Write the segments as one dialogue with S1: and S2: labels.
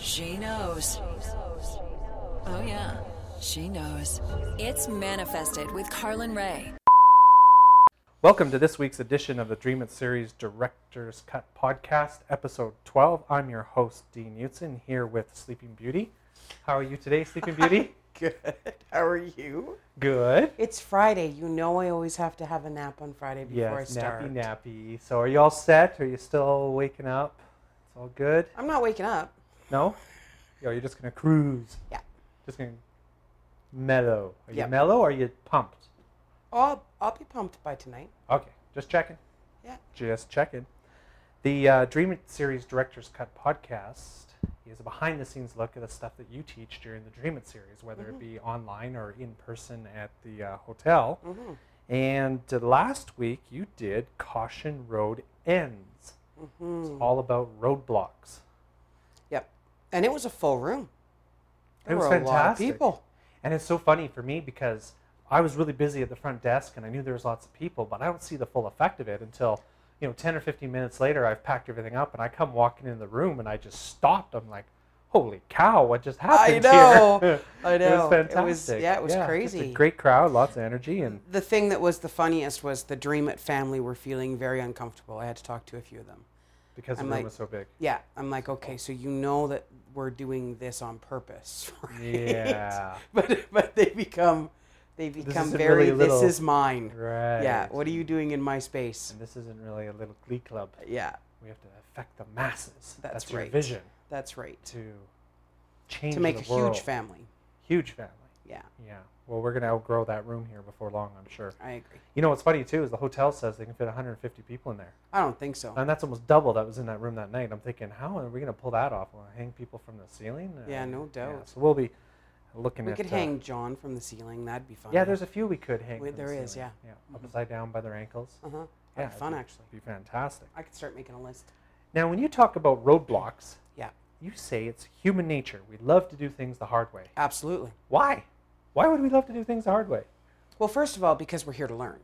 S1: She knows. Oh, yeah. She knows. It's Manifested with Carlin Ray.
S2: Welcome to this week's edition of the Dream It Series Director's Cut Podcast, episode 12. I'm your host, Dean Utzon, here with Sleeping Beauty. How are you today, Sleeping Beauty?
S3: Good. How are you?
S2: Good.
S3: It's Friday. You know I always have to have a nap on Friday before
S2: Yes,
S3: I start.
S2: nappy, nappy. So, are you all set? Are you still waking up? It's all good?
S3: I'm not waking up.
S2: No? Yo, you're just going to cruise.
S3: Yeah.
S2: Just going to mellow. Are you
S3: Yep.
S2: mellow or are you pumped?
S3: Oh, I'll, I'll be pumped by tonight.
S2: Okay, just checking.
S3: Yeah.
S2: Just checking. The uh, Dream It series Director's Cut podcast is a behind the scenes look at the stuff that you teach during the Dream It series, whether it be online or in person at the uh, hotel.
S3: Mhm.
S2: And uh, last week you did Caution Road Ends. It's all about roadblocks.
S3: Yep. And it was a full room. There
S2: it was
S3: were a lot of
S2: fantastic.
S3: people.
S2: And it's so funny for me because I was really busy at the front desk and I knew there was lots of people, but I don't see the full effect of it until, you know, 10 or 15 minutes later, I've packed everything up and I come walking in the room and I just stopped. I'm like, holy cow, what just happened?
S3: I know.
S2: Here?
S3: I
S2: It
S3: know.
S2: was fantastic.
S3: It was- yeah, it was
S2: just a
S3: crazy.
S2: great crowd, lots of energy. And
S3: The thing that was the funniest was the Dream It family were feeling very uncomfortable. I had to talk to a few of them.
S2: because the
S3: I'm
S2: room
S3: like-
S2: was so big.
S3: Yeah. I'm like, okay, so you know that we're doing this on purpose. Right?
S2: Yeah.
S3: but but they become they become
S2: isn't
S3: very
S2: really a little-
S3: this is mine.
S2: Right.
S3: Yeah. What are you doing in my space?
S2: And this isn't really a little glee club.
S3: Yeah.
S2: We have to affect the masses.
S3: That's
S2: your
S3: right.
S2: vision
S3: That's right.
S2: to change
S3: to make
S2: the
S3: a
S2: world.
S3: huge family.
S2: Huge family.
S3: Yeah,
S2: Yeah. Well, we're going to outgrow that room here before long, I'm sure.
S3: I agree.
S2: You know what's funny too is the hotel says they can fit 150 people in there,
S3: I don't think so.
S2: and that's almost double that was in that room that night. I'm thinking, how are we going to pull that off? Will I hang people from the ceiling?
S3: Yeah,
S2: Uh,
S3: no doubt.
S2: so we'll be looking
S3: We
S2: at.
S3: could
S2: uh,
S3: hang John from the ceiling. That'd be fun.
S2: Yeah, there's a few we could hang.
S3: Wait,
S2: from the
S3: there is,
S2: ceiling.
S3: yeah.
S2: Yeah, upside down by their ankles.
S3: Uh huh.
S2: Yeah,
S3: That'd be fun
S2: it'd
S3: actually.
S2: Be fantastic.
S3: I could start making a list.
S2: Now, when you talk about roadblocks,
S3: Yeah,
S2: you say it's human nature. We love to do things the hard way.
S3: absolutely.
S2: Why? Why would we love to do things the hard way?
S3: Well, first of all, because we're here to learn,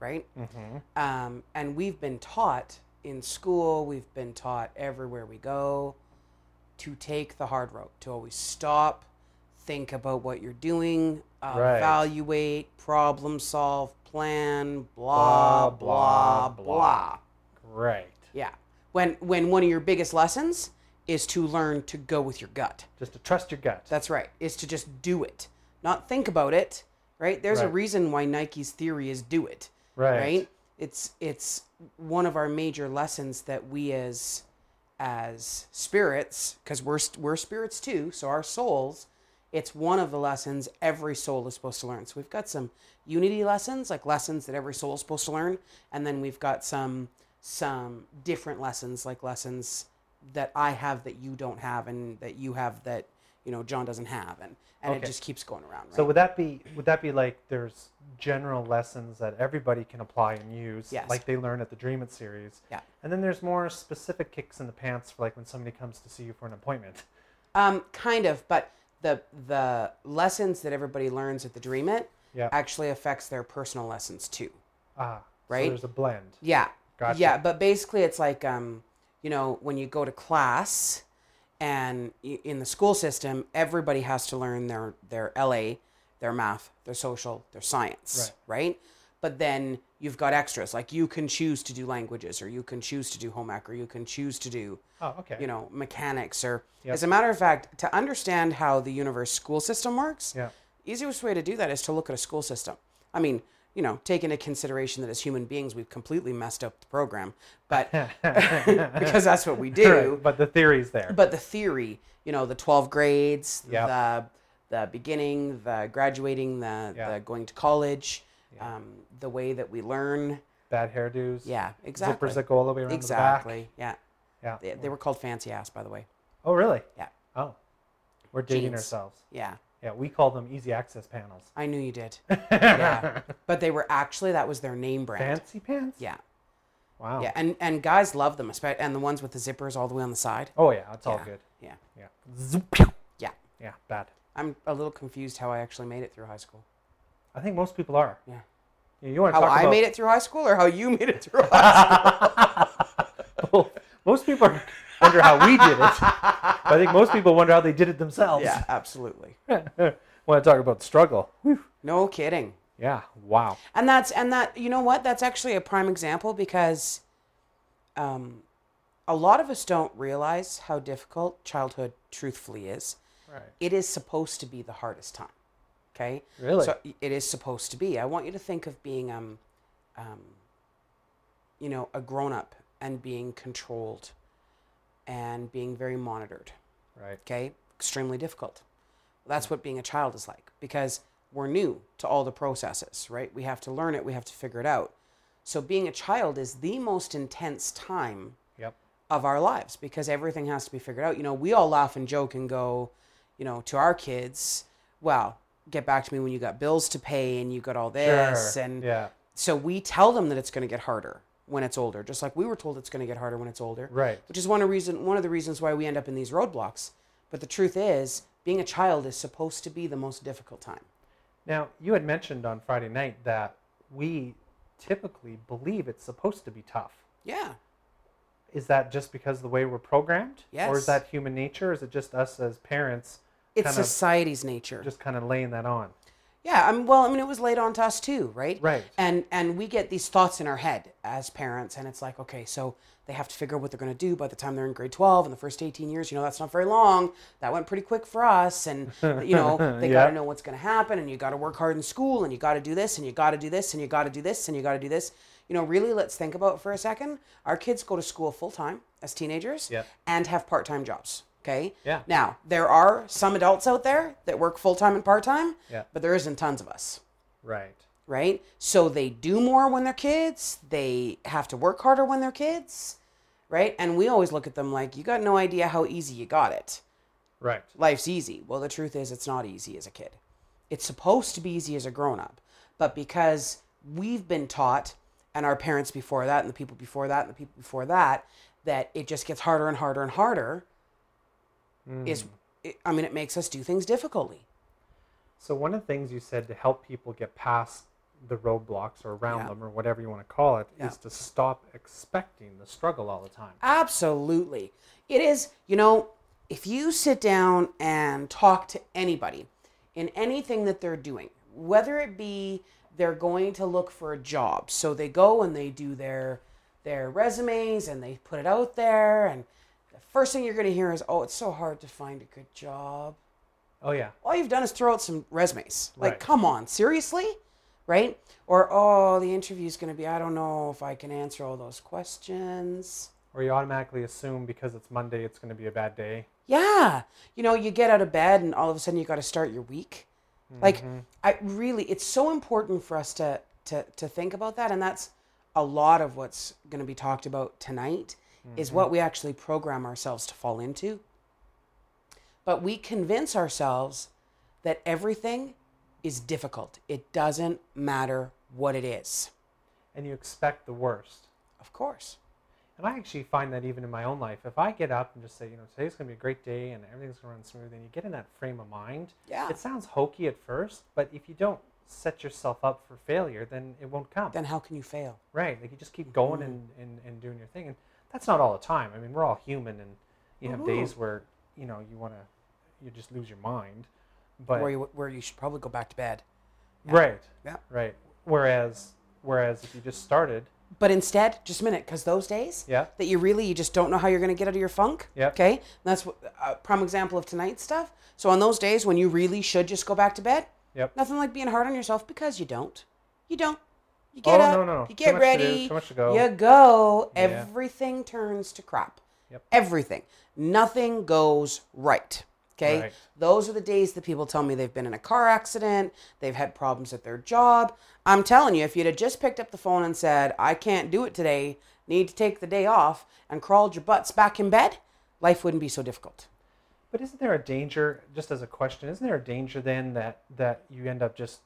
S3: right?
S2: Mm-hmm.
S3: Um, and we've been taught in school, we've been taught everywhere we go to take the hard road, to always stop, think about what you're doing, uh,
S2: Right.
S3: evaluate, problem solve, plan,
S2: Blah,
S3: blah,
S2: blah,
S3: blah,
S2: blah.
S3: blah.
S2: Right.
S3: Yeah. When, when one of your biggest lessons is to learn to go with your gut.
S2: Just to trust your gut.
S3: That's right, is to just do it, not think about it, right? There's a
S2: Right.
S3: reason why Nike's theory is do it
S2: right.
S3: right it's it's one of our major lessons that we as as spirits because we're st- we're spirits too so our souls it's one of the lessons every soul is supposed to learn so we've got some unity lessons like lessons that every soul is supposed to learn and then we've got some some different lessons like lessons that i have that you don't have and that you have that you know john doesn't have and and it
S2: Okay.
S3: just keeps going around right?
S2: So would that be would that be like there's general lessons that everybody can apply and use,
S3: Yes.
S2: like they learn at the Dream It series?
S3: Yeah.
S2: And then there's more specific kicks in the pants for like when somebody comes to see you for an appointment.
S3: Um, kind of, but the the lessons that everybody learns at the Dream It
S2: Yeah.
S3: actually affects their personal lessons too.
S2: Ah, So
S3: Right.
S2: there's a blend.
S3: Yeah.
S2: Gotcha.
S3: Yeah, but basically it's like um, you know, when you go to class and y- in the school system, everybody has to learn their their LA, their math, their social, their science, right? But then you've got extras. Like you can choose to do languages or you can choose to do home ec or you can choose to do
S2: Oh, okay.
S3: you know mechanics or
S2: Yep.
S3: as a matter of fact to understand how the universe school system works
S2: Yeah.
S3: easiest way to do that is to look at a school system i mean you know take into consideration that as human beings we've completely messed up the program but because that's what we do
S2: Right, But the theory's there.
S3: but the theory you know the 12 grades
S2: Yep.
S3: the the beginning the graduating the,
S2: Yeah.
S3: the going to college um, the way that we learn
S2: Bad hairdos.
S3: yeah exactly
S2: Zippers that go all the way around
S3: exactly yeah
S2: the back. Yeah.
S3: they, they were called fancy ass by the way
S2: Oh, really?
S3: yeah
S2: Oh, we're dating
S3: Jeans.
S2: ourselves.
S3: yeah
S2: Yeah, we call them easy access panels.
S3: I knew you did. yeah. But they were actually that was their name brand.
S2: Fancy pants.
S3: Yeah.
S2: Wow.
S3: Yeah, and and guys love them, espe- and the ones with the zippers all the way on the side.
S2: Oh yeah, it's all
S3: yeah.
S2: good.
S3: Yeah.
S2: Yeah.
S3: Yeah.
S2: Yeah. Bad.
S3: I'm a little confused how I actually made it through high school.
S2: I think most people are.
S3: Yeah.
S2: Yeah, You want to
S3: How
S2: talk
S3: I
S2: about
S3: made it through high school or how you made it through high school?
S2: Most people are wonder how we did it. But I think most people wonder how they did it themselves.
S3: Yeah, absolutely.
S2: Want to talk about struggle? Whew.
S3: No kidding.
S2: Yeah. Wow.
S3: And that's and that you know what? That's actually a prime example because um a lot of us don't realize how difficult childhood truthfully is.
S2: Right.
S3: It is supposed to be the hardest time. Okay?
S2: Really?
S3: So it is supposed to be. I want you to think of being um um you know, a grown up and being controlled and being very monitored
S2: Right.
S3: okay extremely difficult that's what being a child is like because we're new to all the processes right we have to learn it we have to figure it out so being a child is the most intense time
S2: Yep.
S3: of our lives because everything has to be figured out you know we all laugh and joke and go you know to our kids well get back to me when you got bills to pay and you got all this
S2: Sure.
S3: and
S2: yeah.
S3: so we tell them that it's going to get harder when it's older just like we were told it's going to get harder when it's older
S2: Right.
S3: which is one of reason one of the reasons why we end up in these roadblocks. But the truth is, being a child is supposed to be the most difficult time.
S2: Now, you had mentioned on Friday night that we typically believe it's supposed to be tough.
S3: Yeah.
S2: Is that just because of the way we're programmed? Or
S3: Yes.
S2: is that human nature? Or is it just us as parents
S3: It's
S2: kind
S3: society's nature.
S2: of just kind of laying that on?
S3: yeah, I'm well, I mean it was laid on to us too, right?
S2: Right.
S3: And and we get these thoughts in our head as parents and it's like, okay, so they have to figure out what they're going to do by the time they're in grade 12 and the first 18 years, you know, that's not very long. That went pretty quick for us and you know, they got
S2: Yeah.
S3: to know what's going to happen and you got to work hard in school and you got to do this and you got to do this and you got to do this and you got to do this. You know, really let's think about it for a second. Our kids go to school full time as teenagers
S2: Yep.
S3: and have part-time jobs, okay?
S2: Yeah.
S3: Now, there are some adults out there that work full-time and part-time,
S2: Yeah.
S3: but there isn't tons of us
S2: Right.
S3: right? So they do more when they're kids. They have to work harder when they're kids, right? And we always look at them like, you got no idea how easy you got it.
S2: Right.
S3: Life's easy. Well, the truth is, it's not easy as a kid. It's supposed to be easy as a grown up. But because we've been taught, and our parents before that, and the people before that, and the people before that, that it just gets harder and harder and harder, is, it, I mean, it makes us do things difficultly.
S2: So one of the things you said to help people get past the roadblocks or around
S3: Yeah.
S2: them or whatever you want to call it is
S3: Yeah.
S2: to stop expecting the struggle all the time.
S3: Absolutely. It is, you know, if you sit down and talk to anybody in anything that they're doing, whether it be they're going to look for a job, so they go and they do their their resumes and they put it out there and the first thing you're going to hear is, "Oh, it's so hard to find a good job."
S2: Oh yeah.
S3: all you've done is throw out some resumes. Like,
S2: Right.
S3: come on, seriously? Right? Or, oh, the interview's going to be, I don't know if I can answer all those questions.
S2: Or you automatically assume because it's Monday it's going to be a bad day.
S3: Yeah. You know, you get out of bed and all of a sudden you got to start your week. Like I really it's so important for us to to to think about that and that's a lot of what's going to be talked about tonight is what we actually program ourselves to fall into. But we convince ourselves that everything is difficult. It doesn't matter what it is.
S2: And you expect the worst.
S3: Of course.
S2: And I actually find that even in my own life, if I get up and just say, you know, today's going to be a great day and everything's going to run smooth, and you get in that frame of mind,
S3: Yeah.
S2: it sounds hokey at first, but if you don't set yourself up for failure, then it won't come.
S3: Then how can you fail?
S2: right. Like you just keep going
S3: Mm.
S2: and, and, and doing your thing. And that's not all the time. I mean, we're all human and you have days where, you know, you want to, you just lose your mind. But
S3: Where you where you should probably go back to bed.
S2: right,
S3: Yeah.
S2: right. Whereas, whereas if you just started,
S3: But instead, just a minute, because those days
S2: Yeah.
S3: that you really you just don't know how you're going to get out of your funk.
S2: Yep.
S3: Okay, And that's what, a prime example of tonight's stuff. So on those days when you really should just go back to bed,
S2: yep.
S3: nothing like being hard on yourself because you don't, you don't, you get
S2: Oh,
S3: up,
S2: no, no, no.
S3: you
S2: Too
S3: get
S2: much to do,
S3: ready,
S2: too much to go.
S3: you go.
S2: Yeah.
S3: Everything turns to crap.
S2: Yep.
S3: Everything. Nothing goes right. Okay.
S2: Right.
S3: Those are the days that people tell me they've been in a car accident, they've had problems at their job. I'm telling you, if you'd have just picked up the phone and said, I can't do it today, need to take the day off, and crawled your butts back in bed, life wouldn't be so difficult.
S2: But isn't there a danger, just as a question, isn't there a danger then that that you end up just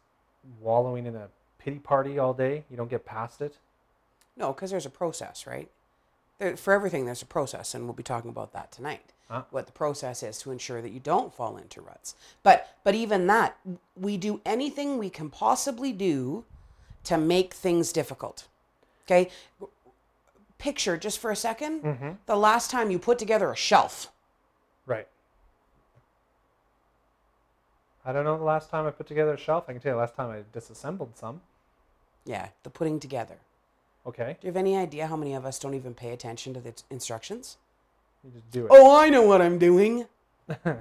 S2: wallowing in a pity party all day? You don't get past it?
S3: No, because there's a process, right? There, for everything, there's a process, and we'll be talking about that tonight. What the process is to ensure that you don't fall into ruts. But but even that, we do anything we can possibly do to make things difficult. Okay, picture just for a 2nd
S2: Mm.
S3: the last time you put together a shelf.
S2: Right. I don't know the last time I put together a shelf. I can tell you the last time I disassembled some.
S3: Yeah, the putting together.
S2: Okay.
S3: Do you have any idea how many of us don't even pay attention to the t- instructions?
S2: You just do it.
S3: Oh, I know what I'm doing. Oh.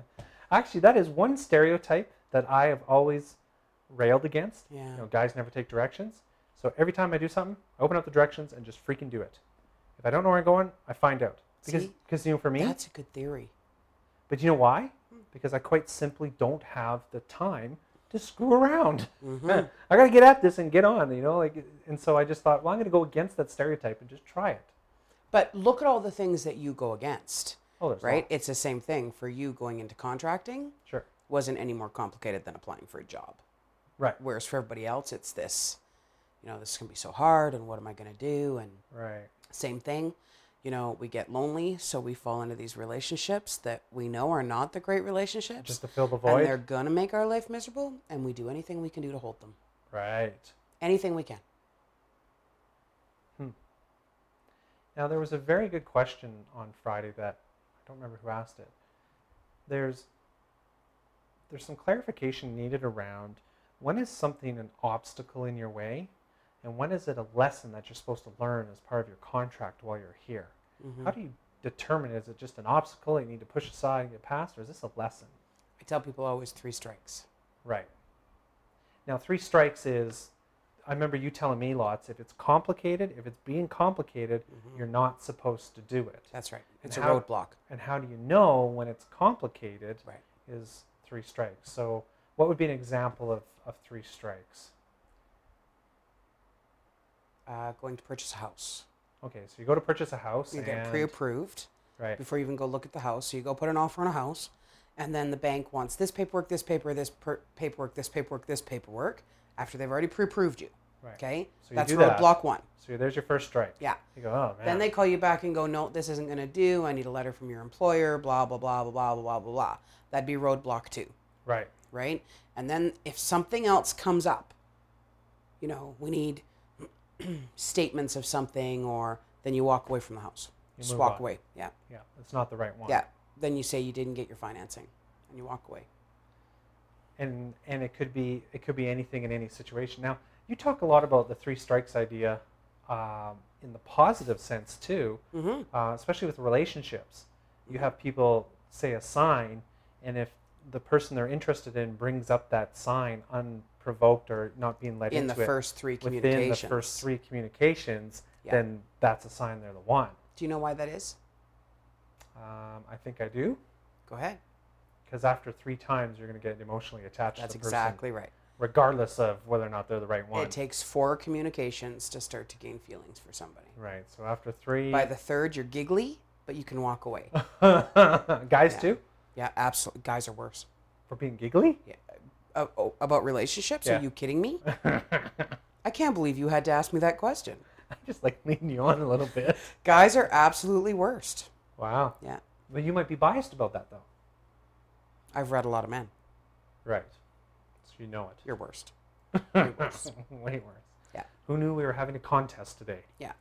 S2: Actually, that is one stereotype that I have always railed against.
S3: Yeah.
S2: You know, guys never take directions. So every time I do something, I open up the directions and just freaking do it. If I don't know where I'm going, I find out. Because,
S3: See?
S2: because you know, for me,
S3: That's Hmm. a good theory.
S2: but you know why? Because I quite simply don't have the time to screw around.
S3: Mm-hmm.
S2: I got to get at this and get on, you know, like and so I just thought, well, I'm going to go against that stereotype and just try it.
S3: But look at all the things that you go against,
S2: Oh, there's
S3: right?
S2: lots.
S3: It's the same thing for you going into contracting
S2: Sure.
S3: wasn't any more complicated than applying for a job.
S2: Right.
S3: Whereas for everybody else, it's this, you know, this is going to be so hard and what am I going to do? And
S2: Right.
S3: same thing, you know, we get lonely, so we fall into these relationships that we know are not the great relationships.
S2: Just to fill the
S3: and they're
S2: void.
S3: going to make our life miserable, and we do anything we can do to hold them.
S2: Right. Hmm.
S3: Anything we can.
S2: Now, there was a very good question on Friday that I don't remember who asked it. There's there's some clarification needed around when is something an obstacle in your way, and when is it a lesson that you're supposed to learn as part of your contract while you're here.
S3: Mm-hmm.
S2: How do you determine is it just an obstacle that you need to push aside and get past, or is this a lesson?
S3: I tell people always three strikes.
S2: Right. Now, three strikes is, I remember you telling me lots, if it's complicated, if it's being complicated,
S3: Mm-hmm.
S2: you're not supposed to do it.
S3: That's right. It's
S2: And
S3: a
S2: how-
S3: roadblock.
S2: And how do you know when it's complicated
S3: Right.
S2: is three strikes? So, what would be an example of, of three strikes?
S3: Uh, going to purchase a house.
S2: Okay, so you go to purchase a house.
S3: You
S2: and-
S3: get pre approved.
S2: Right.
S3: before you even go look at the house. So you go put an offer on a house, and then the bank wants this paperwork, this paper, this per- paperwork, this paperwork, this paperwork. After they've already pre-approved you,
S2: Right.
S3: okay?
S2: So you
S3: That's
S2: do that.
S3: roadblock one.
S2: So, there's your first strike.
S3: Yeah.
S2: You go, oh, man.
S3: Then they call you back and go, no, this isn't going to do. I need a letter from your employer. Blah blah blah blah blah blah blah blah. That'd be roadblock two,
S2: Right.
S3: right? And then if something else comes up, you know, we need statements of something, or then you walk away from the house.
S2: You
S3: Just
S2: move
S3: walk
S2: on.
S3: away. Yeah.
S2: Yeah, it's not the right one.
S3: Yeah. Then you say you didn't get your financing and you walk away.
S2: and and it could be it could be anything in any situation. Now you talk a lot about the three strikes idea um, in the positive sense too, uh, especially with relationships. You have people say a sign, and if the person they're interested in brings up that sign unprovoked or not being led
S3: In the
S2: into it
S3: first three
S2: within the
S3: communications.
S2: first three communications,
S3: Yeah.
S2: then that's a sign they're the one.
S3: Do you know why that is?
S2: Um, I think I do
S3: Go ahead.
S2: because after three times you're going to get emotionally attached
S3: That's
S2: to the person.
S3: exactly right.
S2: regardless of whether or not they're the right one.
S3: It takes four communications to start to gain feelings for somebody.
S2: right. So after three,
S3: By the third, you're giggly, but you can walk away.
S2: guys
S3: Yeah.
S2: too
S3: yeah, absolutely. Guys are worse.
S2: for being giggly.
S3: Yeah. Uh, oh, about relationships?
S2: Yeah.
S3: Are you kidding me?
S2: I
S3: I can't believe you had to ask me that question.
S2: just like leading you on a little bit.
S3: Guys are absolutely worst.
S2: Wow.
S3: Yeah.
S2: But you might be biased about that though.
S3: I've read a lot of men.
S2: Right. So you know it.
S3: You're worst.
S2: Way worse.
S3: Yeah.
S2: Who knew we were having a contest today?
S3: Yeah.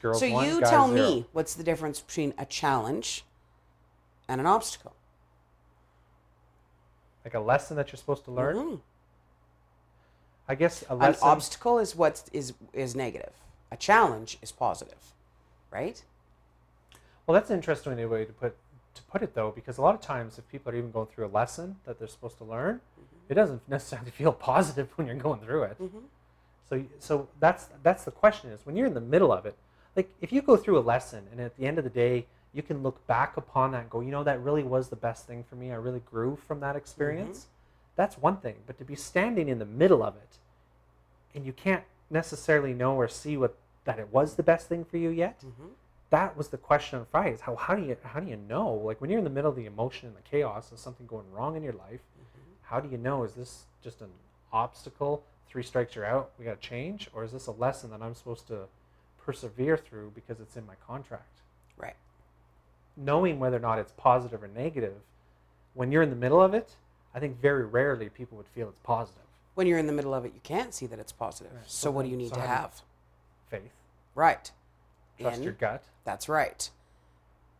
S2: Girls
S3: So
S2: one,
S3: you
S2: guys
S3: tell
S2: zero.
S3: me what's the difference between a challenge and an obstacle?
S2: like a lesson that you're supposed to learn.
S3: Mhm.
S2: I guess a
S3: An
S2: lesson.
S3: obstacle is what is is negative. A challenge is positive, right?
S2: Well, that's an interesting way to put to put it though, because a lot of times if people are even going through a lesson that they're supposed to learn, it doesn't necessarily feel positive when you're going through it. So, y- so that's that's the question is when you're in the middle of it, like if you go through a lesson and at the end of the day you can look back upon that and go, you know, that really was the best thing for me. I really grew from that experience. That's one thing, but to be standing in the middle of it, and you can't necessarily know or see what that it was the best thing for you yet
S3: Mm-hmm.
S2: that was the question on Friday: is how how do you how do you know? Like when you're in the middle of the emotion and the chaos and something going wrong in your life, how do you know? Is this just an obstacle? Three strikes, you're out. We got to change, or is this a lesson that I'm supposed to persevere through because it's in my contract?
S3: Right.
S2: Knowing whether or not it's positive or negative, when you're in the middle of it, I think very rarely people would feel it's positive.
S3: When you're in the middle of it, you can't see that it's positive. So, what do you need
S2: so
S3: to
S2: how do you-
S3: have?
S2: Faith,
S3: Right.
S2: Trust
S3: in.
S2: your gut.
S3: That's right.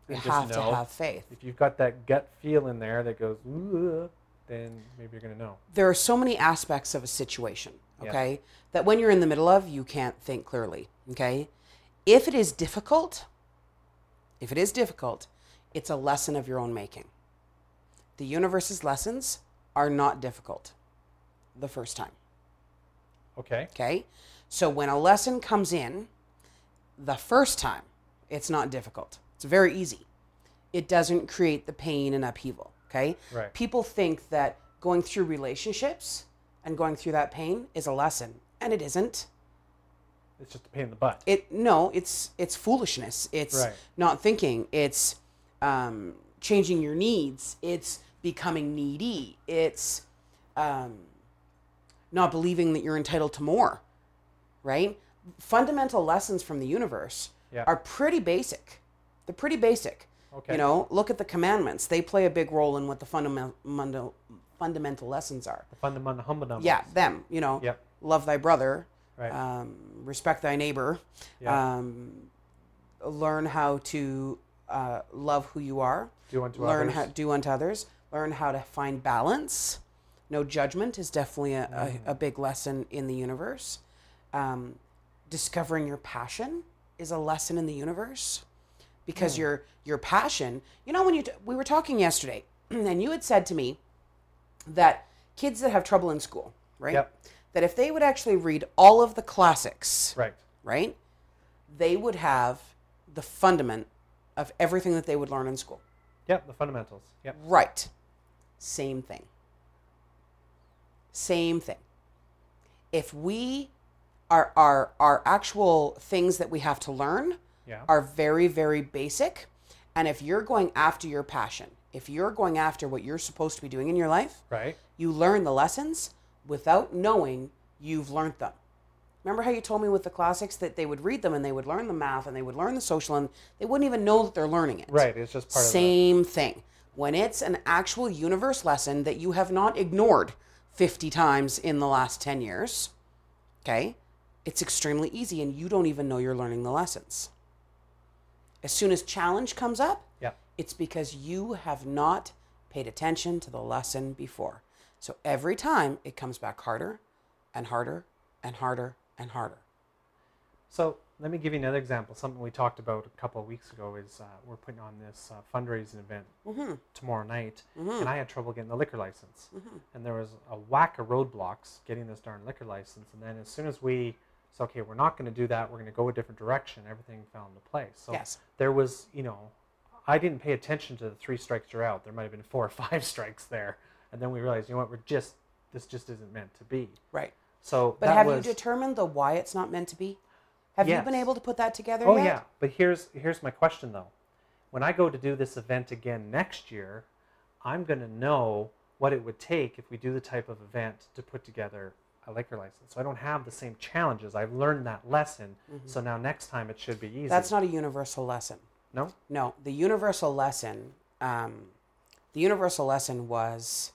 S3: We
S2: And just
S3: have to
S2: know.
S3: have faith.
S2: If you've got that gut feel in there that goes, "Ooh," then maybe you're going to know.
S3: there are so many aspects of a situation,
S2: Yeah.
S3: okay, that when you're in the middle of, you can't think clearly, okay? If it is difficult, if it is difficult, it's a lesson of your own making. The universe's lessons are not difficult the first time,
S2: Okay.
S3: okay? So when a lesson comes in the first time, it's not difficult. It's very easy. It doesn't create the pain and upheaval, okay?
S2: Right.
S3: people think that going through relationships and going through that pain is a lesson and it isn't
S2: It's just a pain in the butt.
S3: it no it's it's foolishness it's
S2: Right.
S3: not thinking it's um, changing your needs it's becoming needy it's um, not believing that you're entitled to more right fundamental lessons from the universe
S2: Yeah.
S3: are pretty basic they're pretty basic
S2: Okay.
S3: you know look at the commandments they play a big role in what the fundamental fundamental lessons are
S2: The fundamental humble numbers.
S3: yeah them you know
S2: Yep.
S3: love thy brother
S2: Right.
S3: um, respect thy neighbor,
S2: Yeah.
S3: um, learn how to uh, love who you are,
S2: Do unto
S3: learn
S2: others.
S3: how do unto others, learn how to find balance. No judgment is definitely a,
S2: Mm-hmm.
S3: a, a big lesson in the universe. Um, discovering your passion is a lesson in the universe because your your passion. You know when you t- we were talking yesterday, and you had said to me that kids that have trouble in school, right?
S2: Yep.
S3: That if they would actually read all of the classics,
S2: Right.
S3: right, they would have the fundament of everything that they would learn in school.
S2: Yep. The fundamentals. Yep.
S3: Right. Same thing. Same thing. If we our our our actual things that we have to learn
S2: Yeah.
S3: are very very basic, and if you're going after your passion, if you're going after what you're supposed to be doing in your life,
S2: Right.
S3: you learn the lessons without knowing you've learned them. Remember how you told me with the classics that they would read them and they would learn the math and they would learn the social and they wouldn't even know that they're learning it.
S2: Right. It's just part of
S3: Same thing. When it's an actual universe lesson that you have not ignored 50 times in the last 10 years, okay, it's extremely easy and you don't even know you're learning the lessons. As soon as challenge comes up,
S2: the. Yep.
S3: it's because you have not paid attention to the lesson before. So every time it comes back harder and harder and harder and harder.
S2: So let me give you another example. Something we talked about a couple of weeks ago is uh, we're putting on this uh, fundraising event
S3: Mm-hmm.
S2: tomorrow night, and I had trouble getting the liquor license,
S3: Mm-hmm.
S2: and there was a whack of roadblocks getting this darn liquor license. And then as soon as we said, okay, we're not going to do that, we're going to go a different direction, everything fell into place. So
S3: Yes.
S2: there was, you know, I didn't pay attention to the three strikes you're out. There might have been four or five strikes there, and then we realized, you know what, we're just this just isn't meant to be.
S3: Right.
S2: So
S3: But
S2: that
S3: have
S2: was,
S3: you determined the why it's not meant to be? Have you been
S2: Yes.
S3: able to put that together
S2: Oh
S3: yet?
S2: yeah, but here's here's my question though. When I go to do this event again next year, I'm going to know what it would take if we do the type of event to put together a liquor license. So I don't have the same challenges. I've learned that lesson. So now next time it should be easy.
S3: Mm-hmm. That's not a universal lesson.
S2: no.
S3: No, the universal lesson, um, the universal lesson was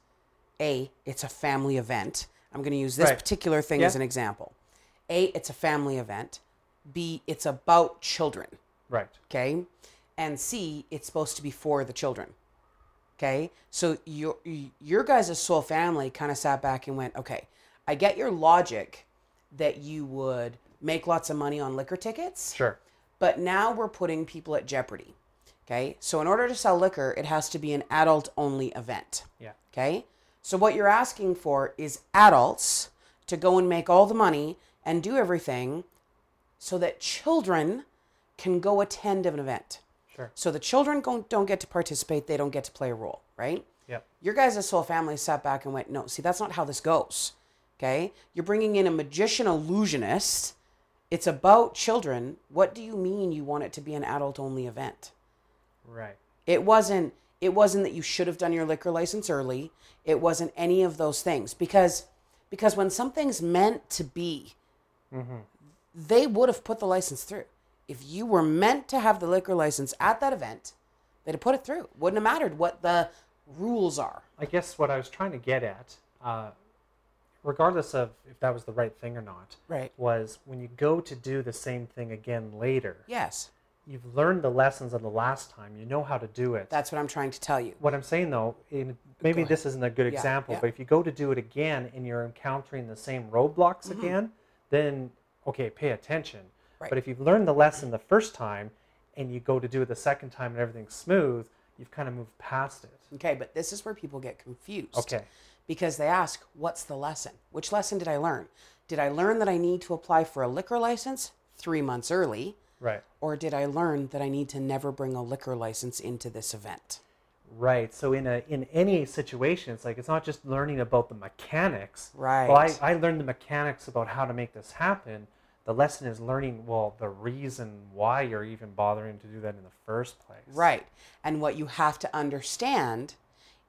S3: A, it's a family event. I'm going to use this
S2: Right.
S3: particular thing as
S2: Yeah.
S3: an example. A, it's a family event. B, it's about children.
S2: Right.
S3: Okay. And C, it's supposed to be for the children. Okay. So your, your guys' soul family kind of sat back and went, okay, I get your logic that you would make lots of money on liquor tickets
S2: Sure.
S3: but now we're putting people at jeopardy. Okay, so in order to sell liquor, it has to be an adult only event.
S2: Yeah.
S3: Okay, so what you're asking for is adults to go and make all the money and do everything so that children can go attend an event.
S2: Sure.
S3: So the children go- don't get to participate, they don't get to play a role, right?
S2: Yep.
S3: Your guys' whole family sat back and went, no, see, that's not how this goes. Okay? You're bringing in a magician illusionist. It's about children. What do you mean you want it to be an adult only event?
S2: Right.
S3: It wasn't it wasn't that you should have done your liquor license early. It wasn't any of those things because because when something's meant to be,
S2: Mm-hmm.
S3: they would have put the license through. If you were meant to have the liquor license at that event, they'd have put it through. Wouldn't have mattered what the rules are.
S2: I guess what I was trying to get at uh, regardless of if that was the right thing or not,
S3: Right.
S2: was when you go to do the same thing again later,
S3: Yes.
S2: you've learned the lessons of the last time. You know how to do it.
S3: That's what I'm trying to tell you.
S2: what I'm saying though, in, maybe
S3: ahead.
S2: this isn't a good
S3: Yeah,
S2: example,
S3: yeah.
S2: but if you go to do it again and you're encountering the same roadblocks again, then okay, pay attention.
S3: Mm-hmm. Right.
S2: But if you've learned the lesson the first time and you go to do it the second time and everything's smooth, you've kind of moved past it.
S3: Okay, but this is where people get confused.
S2: Okay.
S3: Because they ask, what's the lesson? Which lesson did I learn? Did I learn that I need to apply for a liquor license three months early?
S2: Right.
S3: Or did I learn that I need to never bring a liquor license into this event?
S2: Right. So in a in any situation, it's like it's not just learning about the mechanics.
S3: Right.
S2: Well, I, I learned the mechanics about how to make this happen. The lesson is learning well the reason why you're even bothering to do that in the first place.
S3: Right. And what you have to understand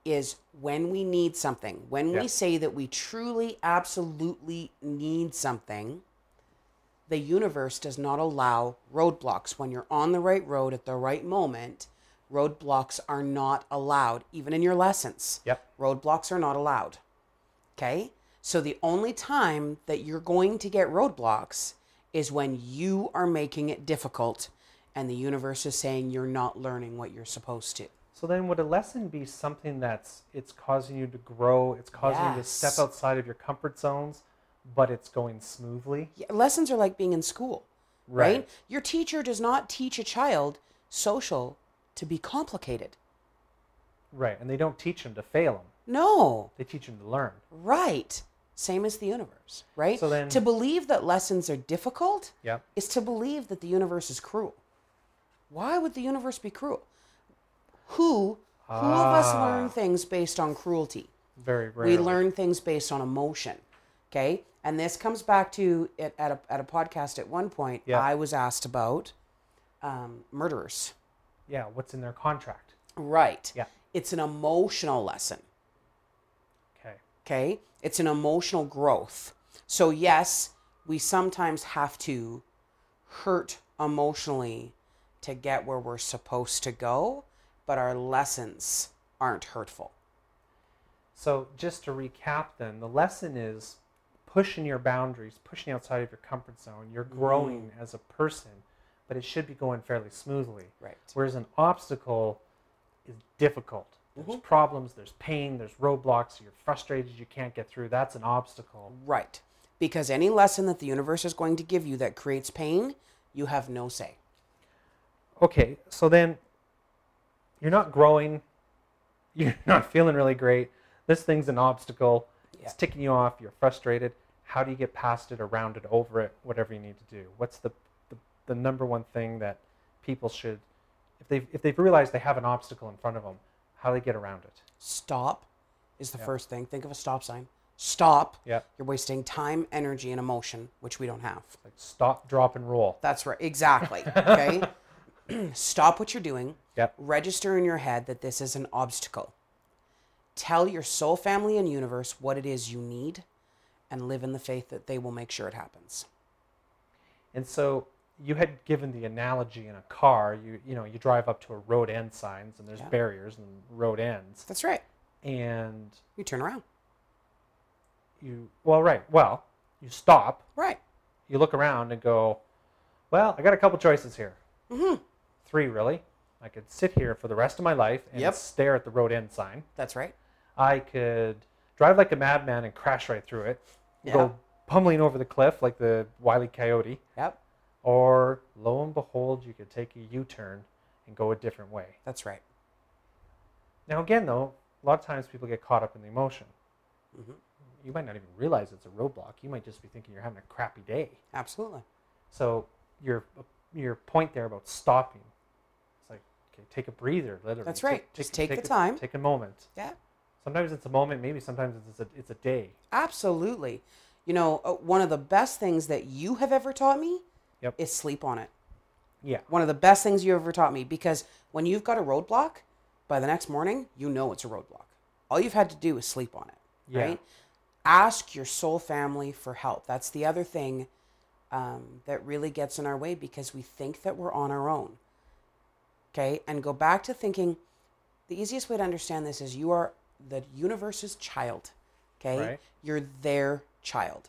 S3: is when we need something, when
S2: Yeah.
S3: we say that we truly, absolutely need something, the universe does not allow roadblocks. When you're on the right road at the right moment, roadblocks are not allowed, even in your lessons.
S2: Yep.
S3: Roadblocks are not allowed. Okay? So the only time that you're going to get roadblocks is when you are making it difficult and the universe is saying you're not learning what you're supposed to.
S2: So then would a lesson be something that's it's causing you to grow, it's causing you to step
S3: Yes.
S2: outside of your comfort zones, but it's going smoothly?
S3: Yeah, lessons are like being in school, right? Your teacher does not teach a child social to be complicated.
S2: Right. And they don't teach them to fail them.
S3: No,
S2: They teach them to learn.
S3: right. Same as the universe, right?
S2: So then-
S3: to believe that lessons are difficult
S2: Yep.
S3: is to believe that the universe is cruel. Why would the universe be cruel? Who who of us learn
S2: Ah.
S3: things based on cruelty?
S2: Very rarely.
S3: We learn things based on emotion. Okay. And this comes back to it at a, at a podcast at one point.
S2: Yeah.
S3: I was asked about um, murderers.
S2: Yeah, what's in their contract.
S3: Right.
S2: Yeah.
S3: It's an emotional lesson.
S2: Okay.
S3: Okay. It's an emotional growth. So, yes, we sometimes have to hurt emotionally to get where we're supposed to go, but our lessons aren't hurtful.
S2: So just to recap then, the lesson is pushing your boundaries, pushing outside of your comfort zone. You're growing as a person, but it should be going fairly smoothly.
S3: Right.
S2: Whereas an obstacle is difficult. There's problems, there's pain, there's roadblocks, you're frustrated, you can't get through. That's an obstacle.
S3: Right. Because any lesson that the universe is going to give you that creates pain, you have no say.
S2: Okay, so then you're not growing, you're not feeling really great. This thing's an obstacle.
S3: Yeah.
S2: It's ticking you off, you're frustrated. How do you get past it, around it, over it, whatever you need to do? What's the the, the number one thing that people should if they've if they've realized they have an obstacle in front of them, how do they get around it?
S3: Stop is the first thing. Think of a stop sign. Stop.
S2: Yeah.
S3: You're wasting time, energy, and emotion, which we don't have.
S2: Like stop, drop and roll.
S3: That's right. Exactly. Okay. Stop what you're doing.
S2: Yep.
S3: Register in your head that this is an obstacle. Tell your soul family and universe what it is you need and live in the faith that they will make sure it happens.
S2: And so you had given the analogy in a car, you you know, you drive up to a road end signs and there's
S3: Yeah.
S2: barriers and road ends.
S3: That's right.
S2: And
S3: You turn around.
S2: you well, right. Well, you stop,
S3: Right.
S2: you look around and go, Well, I got a couple choices here.
S3: Mhm.
S2: Three really. I could sit here for the rest of my life and
S3: Yep.
S2: stare at the road end sign.
S3: That's right.
S2: I could drive like a madman and crash right through it.
S3: Yeah.
S2: Go pummeling over the cliff like the wily coyote.
S3: Yep.
S2: Or lo and behold, you could take a U turn and go a different way.
S3: That's right.
S2: Now, again, though, a lot of times people get caught up in the emotion.
S3: Mhm.
S2: You might not even realize it's a roadblock. You might just be thinking you're having a crappy day.
S3: Absolutely.
S2: So, your, your point there about stopping, it's like, okay, take a breather, literally.
S3: That's
S2: Take-
S3: right.
S2: Take,
S3: Just take the
S2: a-
S3: time.
S2: Take a moment.
S3: Yeah.
S2: Sometimes it's a moment, maybe sometimes it's a, it's a day.
S3: Absolutely. You know, uh, one of the best things that you have ever taught me
S2: Yep.
S3: is sleep on it.
S2: Yeah.
S3: One of the best things you ever taught me because when you've got a roadblock, by the next morning, you know it's a roadblock. All you've had to do is sleep on it,
S2: Yeah.
S3: right? Ask your soul family for help. That's the other thing um, that really gets in our way because we think that we're on our own. Okay. And go back to thinking the easiest way to understand this is you are the universe's child. Okay.
S2: Right.
S3: You're their child.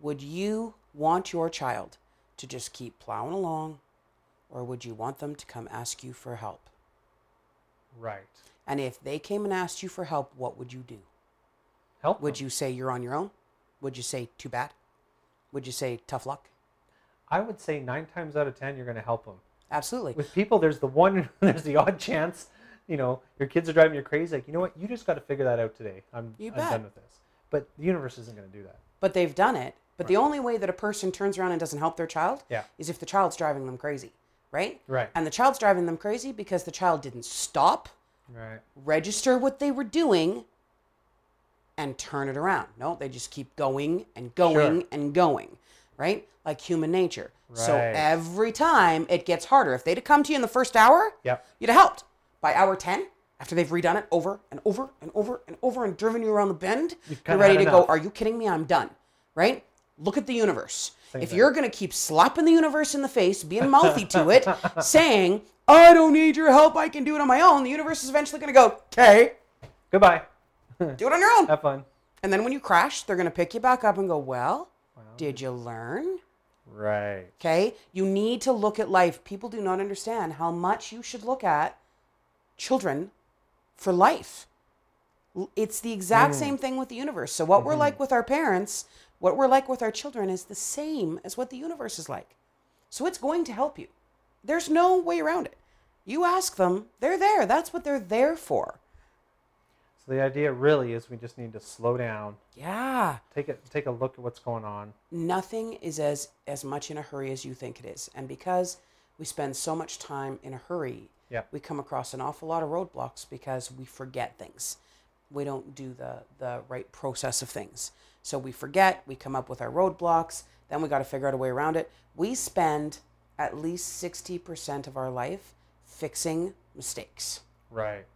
S3: Would you want your child to just keep plowing along or would you want them to come ask you for help?
S2: Right.
S3: And if they came and asked you for help, what would you do?
S2: Help.
S3: Would
S2: them.
S3: you say you're on your own? Would you say too bad? Would you say tough luck?
S2: I would say nine times out of ten, you're going to help them.
S3: Absolutely.
S2: With people, there's the one, there's the odd chance, you know, your kids are driving you crazy. Like, you know what? You just got to figure that out today. I'm,
S3: You
S2: I'm
S3: bet.
S2: done with this. But the universe isn't going to do that.
S3: but they've done it. But the only way that a person turns around and doesn't help their child
S2: Yeah.
S3: is if the child's driving them crazy, right?
S2: Right.
S3: And the child's driving them crazy because the child didn't stop,
S2: Right.
S3: register what they were doing, and turn it around. No, they just keep going and going
S2: Sure.
S3: and going, right? Like human nature. So
S2: Right.
S3: every time it gets harder. If they'd have come to you in the first hour,
S2: Yep.
S3: you'd have helped. By hour 10, after they've redone it over and over and over and over and driven you around the bend,
S2: You've
S3: you're
S2: kinda
S3: ready
S2: had
S3: to go,
S2: enough.
S3: are you kidding me? I'm done, right? Look at the universe.
S2: Same
S3: if
S2: thing.
S3: you're going to keep slapping the universe in the face, being mouthy to it, saying, I don't need your help, I can do it on my own, the universe is eventually going to go, okay,
S2: Goodbye.
S3: do it on your own.
S2: Have fun.
S3: And then when you crash, they're going to pick you back up and go, well, did you learn?
S2: Right.
S3: Okay? You need to look at life. People do not understand how much you should look at children for life. L- It's the exact same thing with the universe. So, what we're like with our parents, what we're like with our children is the same as what the universe is like. So, it's going to help you. There's no way around it. You ask them, they're there. That's what they're there for.
S2: So the idea really is we just need to slow down,
S3: Yeah.
S2: take a take a look at what's going on.
S3: nothing is as as much in a hurry as you think it is and because we spend so much time in a hurry
S2: Yeah.
S3: we come across an awful lot of roadblocks because we forget things we don't do the the right process of things so we forget we come up with our roadblocks then we got to figure out a way around it we spend at least 60% of our life fixing mistakes
S2: Right.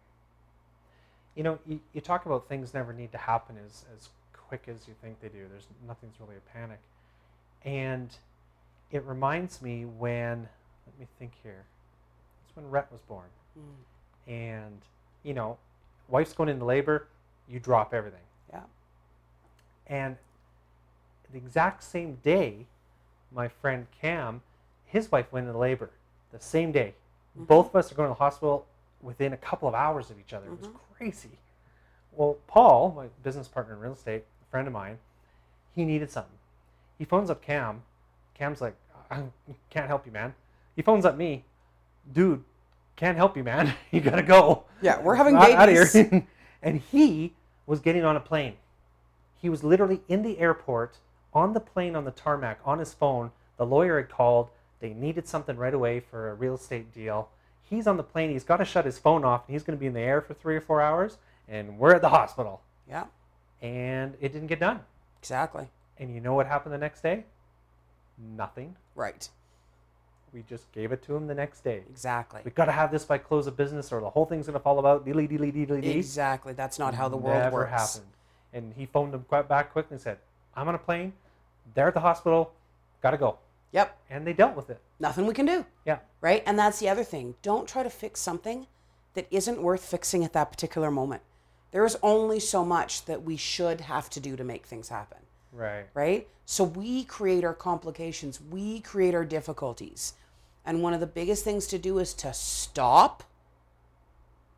S2: You know, you, you talk about things never need to happen as, as quick as you think they do. There's nothing's really a panic. And it reminds me when, let me think here. It's when Rhett was born. And, you know, wife's going into labor, you drop everything.
S3: yeah
S2: And the exact same day, my friend Cam, his wife went into labor the same day. Both of us are going to the hospital within a couple of hours of each other. It was crazy. Well, Paul, my business partner in real estate, a friend of mine, he needed something. He phones up Cam. Cam's like, I can't help you, man. He phones up me, dude, can't help you, man. you gotta go.
S3: Yeah, we're having
S2: Not outta
S3: babies.
S2: here. and he was getting on a plane. He was literally in the airport, on the plane, on the tarmac, on his phone. The lawyer had called. They needed something right away for a real estate deal. He's on the plane. He's got to shut his phone off, and he's going to be in the air for three or four hours. And we're at the hospital.
S3: yeah
S2: And it didn't get done.
S3: exactly
S2: And you know what happened the next day? Nothing.
S3: right
S2: We just gave it to him the next day.
S3: exactly
S2: We got to have this by close of business, or the whole thing's going to fall about. Dilly, dilly, dilly, dilly.
S3: exactly that's not how the world
S2: Never
S3: works
S2: happened. And he phoned him quite back quickly and said, "I'm on a plane. They're at the hospital. Got to go."
S3: yep
S2: And they dealt with it.
S3: nothing we can do
S2: Yeah.
S3: right? And that's the other thing. Don't try to fix something that isn't worth fixing at that particular moment. There is only so much that we should have to do to make things happen,
S2: Right.
S3: right? So we create our complications, we create our difficulties. And one of the biggest things to do is to stop,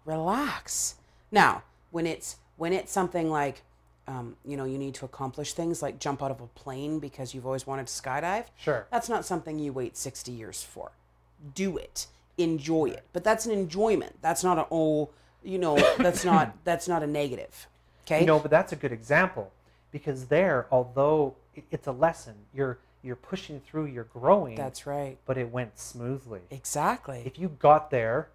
S3: relax. Now, when it's when it's something like um, you know, you need to accomplish things like jump out of a plane because you've always wanted to skydive.
S2: Sure.
S3: That's not something you wait 60 years for. Do it. Enjoy it. But that's an enjoyment. That's not an oh, you know, that's not that's not a negative. Okay?
S2: You know, but that's a good example because there, although it- it's a lesson, you're you're pushing through, you're growing.
S3: that's right.
S2: But it went smoothly.
S3: Exactly.
S2: if you got there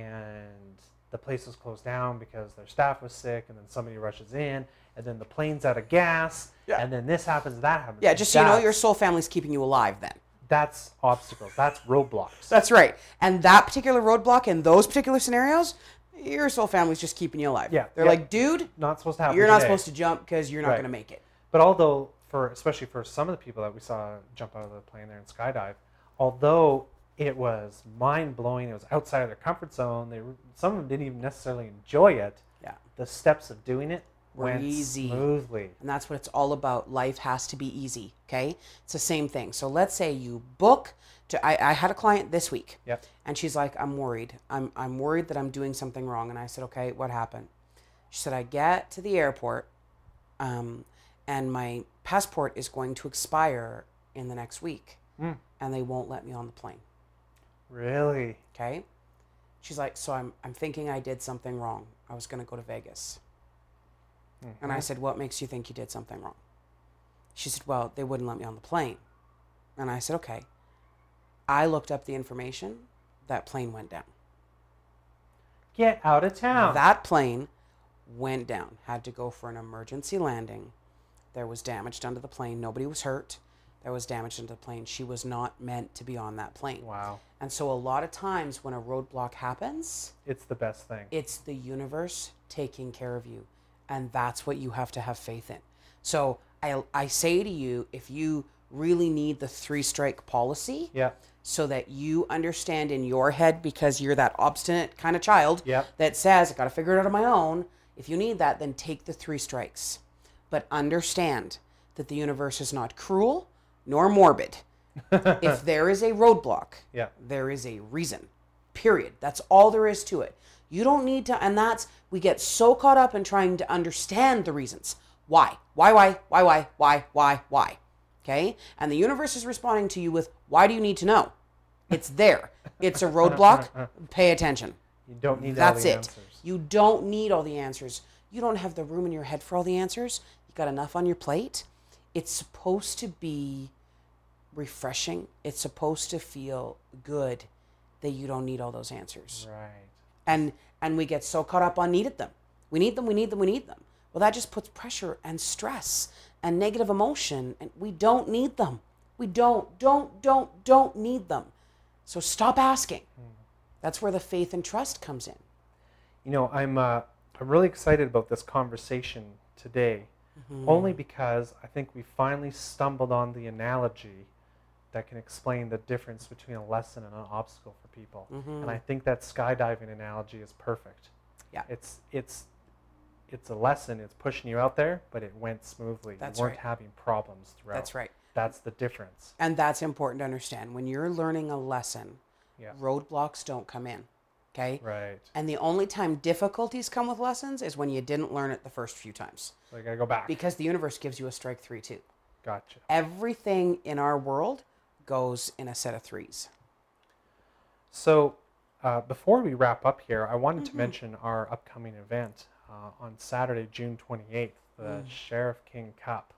S2: and the place was closed down because their staff was sick and then somebody rushes in and then the plane's out of gas
S3: Yeah.
S2: and then this happens that happens
S3: Yeah, just so you know
S2: that's-
S3: your soul family's keeping you alive then.
S2: that's obstacles that's roadblocks
S3: That's right. And that particular roadblock in those particular scenarios, your soul family's just keeping you alive.
S2: Yeah,
S3: They're
S2: yeah.
S3: like, dude,
S2: not supposed to happen
S3: you're not
S2: today.
S3: supposed to jump because you're not
S2: Right.
S3: gonna make it.
S2: But although for especially for some of the people that we saw jump out of the plane there and skydive, although it was mind blowing, it was outside of their comfort zone. They were- some of them didn't even necessarily enjoy it.
S3: Yeah.
S2: The steps of doing it
S3: We're
S2: went
S3: easy.
S2: smoothly.
S3: And that's what it's all about. Life has to be easy. Okay. It's the same thing. So let's say you book to, I, I had a client this week
S2: Yep.
S3: and she's like, I'm worried. I'm, I'm worried that I'm doing something wrong. And I said, okay, what happened? She said, I get to the airport um, and my passport is going to expire in the next week
S2: Mm.
S3: and they won't let me on the plane.
S2: Really?
S3: Okay. She's like, so I'm, I'm thinking I did something wrong. I was going to go to Vegas. And I said, What makes you think you did something wrong? She said, Well, they wouldn't let me on the plane. And I said, Okay. I looked up the information. That plane went down.
S2: Get out of town.
S3: That plane went down, had to go for an emergency landing. There was damage done to the plane. Nobody was hurt. There was damage done to the plane. She was not meant to be on that plane.
S2: wow.
S3: And so, a lot of times when a roadblock happens,
S2: It's the best thing.
S3: it's the universe taking care of you and that's what you have to have faith in so i i say to you if you really need the three strike policy
S2: yeah.
S3: so that you understand in your head because you're that obstinate kind of child
S2: Yep.
S3: that says i got to figure it out on my own if you need that then take the three strikes but understand that the universe is not cruel nor morbid if there is a roadblock
S2: Yeah.
S3: there is a reason. Period. That's all there is to it. You don't need to, and that's, we get so caught up in trying to understand the reasons. Why? Why, why, why, why, why, why, why? Okay? And the universe is responding to you with, why do you need to know? It's there. It's a roadblock. Pay attention.
S2: You don't need all
S3: That's
S2: the
S3: it.
S2: answers.
S3: You don't need all the answers. You don't have the room in your head for all the answers. You got enough on your plate. It's supposed to be refreshing. It's supposed to feel good that you don't need all those answers.
S2: Right.
S3: And and we get so caught up on needed them. We need them, we need them, we need them. Well, that just puts pressure and stress and negative emotion and we don't need them. We don't don't don't don't need them. So stop asking.
S2: Hmm.
S3: That's where the faith and trust comes in.
S2: You know, I'm uh, I'm really excited about this conversation today,
S3: Mm-hmm.
S2: only because I think we finally stumbled on the analogy that can explain the difference between a lesson and an obstacle for people.
S3: Mm-hmm.
S2: And I think that skydiving analogy is perfect.
S3: Yeah.
S2: It's it's it's a lesson. It's pushing you out there, but it went smoothly.
S3: That's
S2: you weren't
S3: right.
S2: having problems throughout.
S3: That's right.
S2: That's the difference.
S3: And that's important to understand. When you're learning a lesson,
S2: Yeah.
S3: roadblocks don't come in. Okay?
S2: Right.
S3: And the only time difficulties come with lessons is when you didn't learn it the first few times
S2: So I gotta go back.
S3: because the universe gives you a strike three, too.
S2: gotcha.
S3: Everything in our world goes in a set of threes.
S2: So, uh, before we wrap up here, I wanted to mention our upcoming event uh, on Saturday, June 28th, the Sheriff King Cup.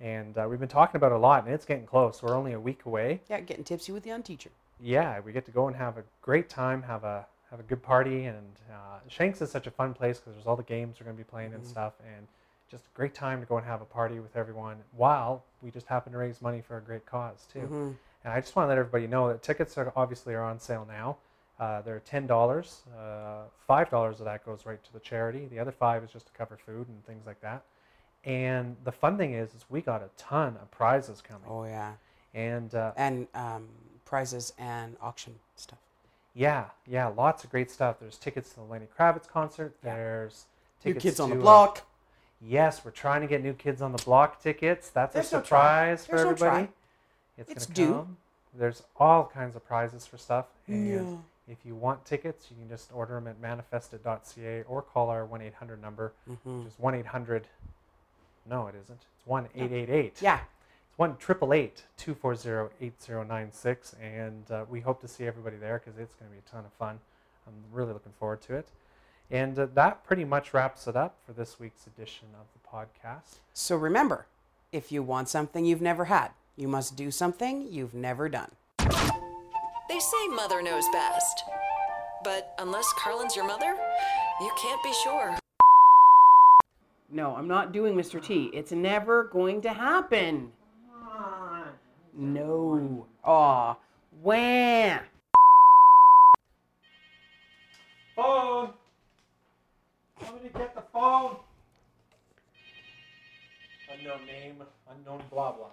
S2: And uh, we've been talking about it a lot, and it's getting close. We're only a week away.
S3: Yeah, getting tipsy with the unteacher.
S2: Yeah, we get to go and have a great time, have a have a good party, and uh, Shanks is such a fun place because there's all the games we're going to be playing and stuff, and just a great time to go and have a party with everyone. While we just happen to raise money for a great cause too. And I just want to let everybody know that tickets are obviously are on sale now. Uh, they're ten dollars. Uh, five dollars of that goes right to the charity. The other five is just to cover food and things like that. And the fun thing is, is we got a ton of prizes coming.
S3: Oh, yeah.
S2: And uh,
S3: And um, prizes and auction stuff.
S2: yeah, yeah, lots of great stuff. There's tickets to the Lenny Kravitz concert. There's
S3: Your
S2: tickets
S3: kids on the
S2: to, uh,
S3: block.
S2: yes, we're trying to get new kids on the block tickets. That's
S3: There's
S2: a
S3: no try.
S2: surprise for
S3: There's no
S2: everybody.
S3: try. It's
S2: gonna
S3: due.
S2: come. There's all kinds of prizes for stuff. And
S3: Yeah.
S2: if you want tickets, you can just order them at manifested.ca or call our 1 800 number,
S3: Hmm. Mm-hmm.
S2: which is 1 800. No, it isn't. It's 1 888.
S3: Yeah.
S2: It's one triple eight two four zero eight zero nine six, and uh, we hope to see everybody there because it's going to be a ton of fun. I'm really looking forward to it, and uh, that pretty much wraps it up for this week's edition of the podcast.
S3: So remember, if you want something you've never had, you must do something you've never done.
S1: They say mother knows best. But unless Carlin's your mother, you can't be sure.
S4: No, I'm not doing Mr. T. It's never going to happen. No. Aw. Wah.
S2: Phone. Somebody get the phone. Unknown name. Unknown blah blah.